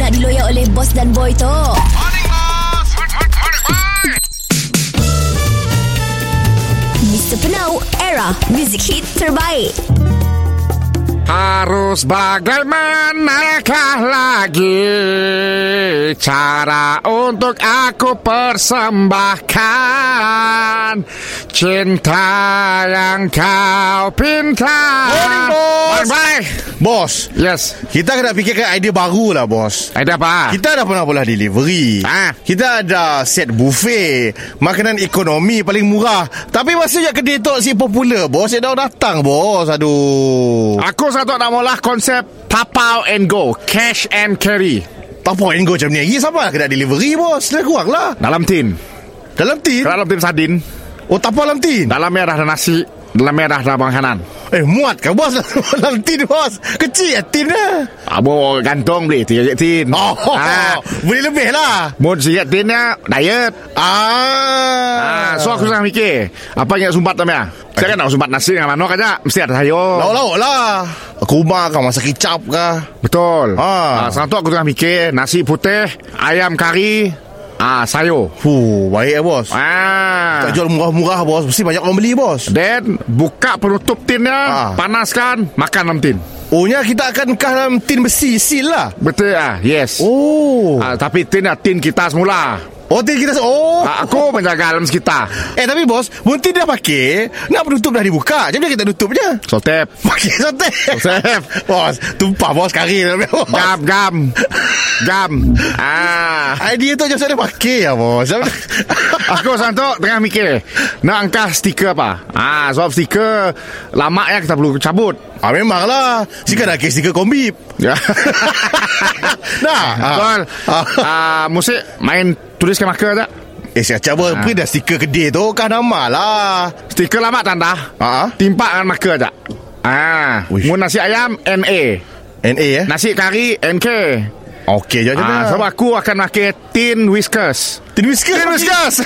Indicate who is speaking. Speaker 1: nak diloyak oleh bos dan boy tu. Mr. Penau, era music hit terbaik.
Speaker 2: Harus bagaimanakah lagi cara untuk aku persembahkan cinta yang kau pinta.
Speaker 3: Morning, bos.
Speaker 2: Bye-bye.
Speaker 3: Bos
Speaker 2: Yes.
Speaker 3: Kita kena fikirkan idea baru lah bos
Speaker 2: Ada apa?
Speaker 3: Kita ada pernah pula delivery
Speaker 2: Ah.
Speaker 3: Kita ada set buffet Makanan ekonomi paling murah Tapi masa je kedai tu si popular bos Dia dah datang bos Aduh
Speaker 2: Aku satu nak mula konsep tapau and go, cash and carry
Speaker 3: Tak apa and go macam ni lagi Siapa lah kedai delivery bos Dia kurang lah
Speaker 2: dalam tin.
Speaker 3: Dalam tin
Speaker 2: Dalam tin sardin,
Speaker 3: Oh tak apa dalam tin
Speaker 2: dalamnya Ha? dah ada nasi, dalamnya dah ada makanan.
Speaker 3: Eh muat ke bos Dalam tin bos Kecil ya tin dah
Speaker 2: Abo gantung beli tiga tin.
Speaker 3: Oh
Speaker 2: Ah,
Speaker 3: Boleh lebih lah
Speaker 2: Mun sihat tinnya diet. Ah,
Speaker 3: Ah,
Speaker 2: so aku sangat mikir Apa yang nak sumpat tak Mia? Saya kan nak sumpat nasi dengan manok aja Mesti ada sayur
Speaker 3: Lauk-lauk lah Kurma kah Masak kicap kah
Speaker 2: Betul ah.
Speaker 3: Ah.
Speaker 2: Sekarang tu aku tengah mikir Nasi putih Ayam kari Ah, sayur
Speaker 3: Fuh, baik eh bos.
Speaker 2: Ah.
Speaker 3: Tak jual murah-murah bos, mesti banyak orang beli bos.
Speaker 2: Then buka penutup tinnya
Speaker 3: Ah.
Speaker 2: Panaskan Makan dalam tin
Speaker 3: Ohnya kita akan kah dalam tin besi seal lah.
Speaker 2: Betul ah, yes
Speaker 3: Oh.
Speaker 2: ah, Tapi tin lah tin kita semula
Speaker 3: Oh, tin kita oh.
Speaker 2: ah, Aku menjaga alam sekitar
Speaker 3: Eh tapi bos, mungkin dia dah pakai, nak penutup dah dibuka. Jadi kita tutup je.
Speaker 2: Sotep
Speaker 3: Pakai sotek.
Speaker 2: Sotek.
Speaker 3: bos, tumpah bos kari dalam dia, bos.
Speaker 2: Gam gam Gam Ah
Speaker 3: Idea tu macam mana pakai ya bos.
Speaker 2: Aku sekarang tu tengah mikir Nak angkat stiker apa Ah, Sebab stiker Lama ya kita perlu cabut
Speaker 3: ah memanglah. Sika dah kes tiga kombi.
Speaker 2: Ya
Speaker 3: Nah, ah.
Speaker 2: Soal
Speaker 3: Ah.
Speaker 2: ah, Musik main tulis ke marker tak
Speaker 3: Eh, saya
Speaker 2: Ah.
Speaker 3: cuba pergi dah stiker kedai tu kan nama lah.
Speaker 2: Stiker lama tanda
Speaker 3: Ah, ah.
Speaker 2: Timpak dengan marker tak Ah,
Speaker 3: Uish.
Speaker 2: mun nasi ayam NA,
Speaker 3: NA eh.
Speaker 2: nasi kari Ah, NK.
Speaker 3: Okey je je.
Speaker 2: Ah, sebab aku akan pakai tin whiskers.
Speaker 3: Tin Whiskas
Speaker 2: Tin whiskers.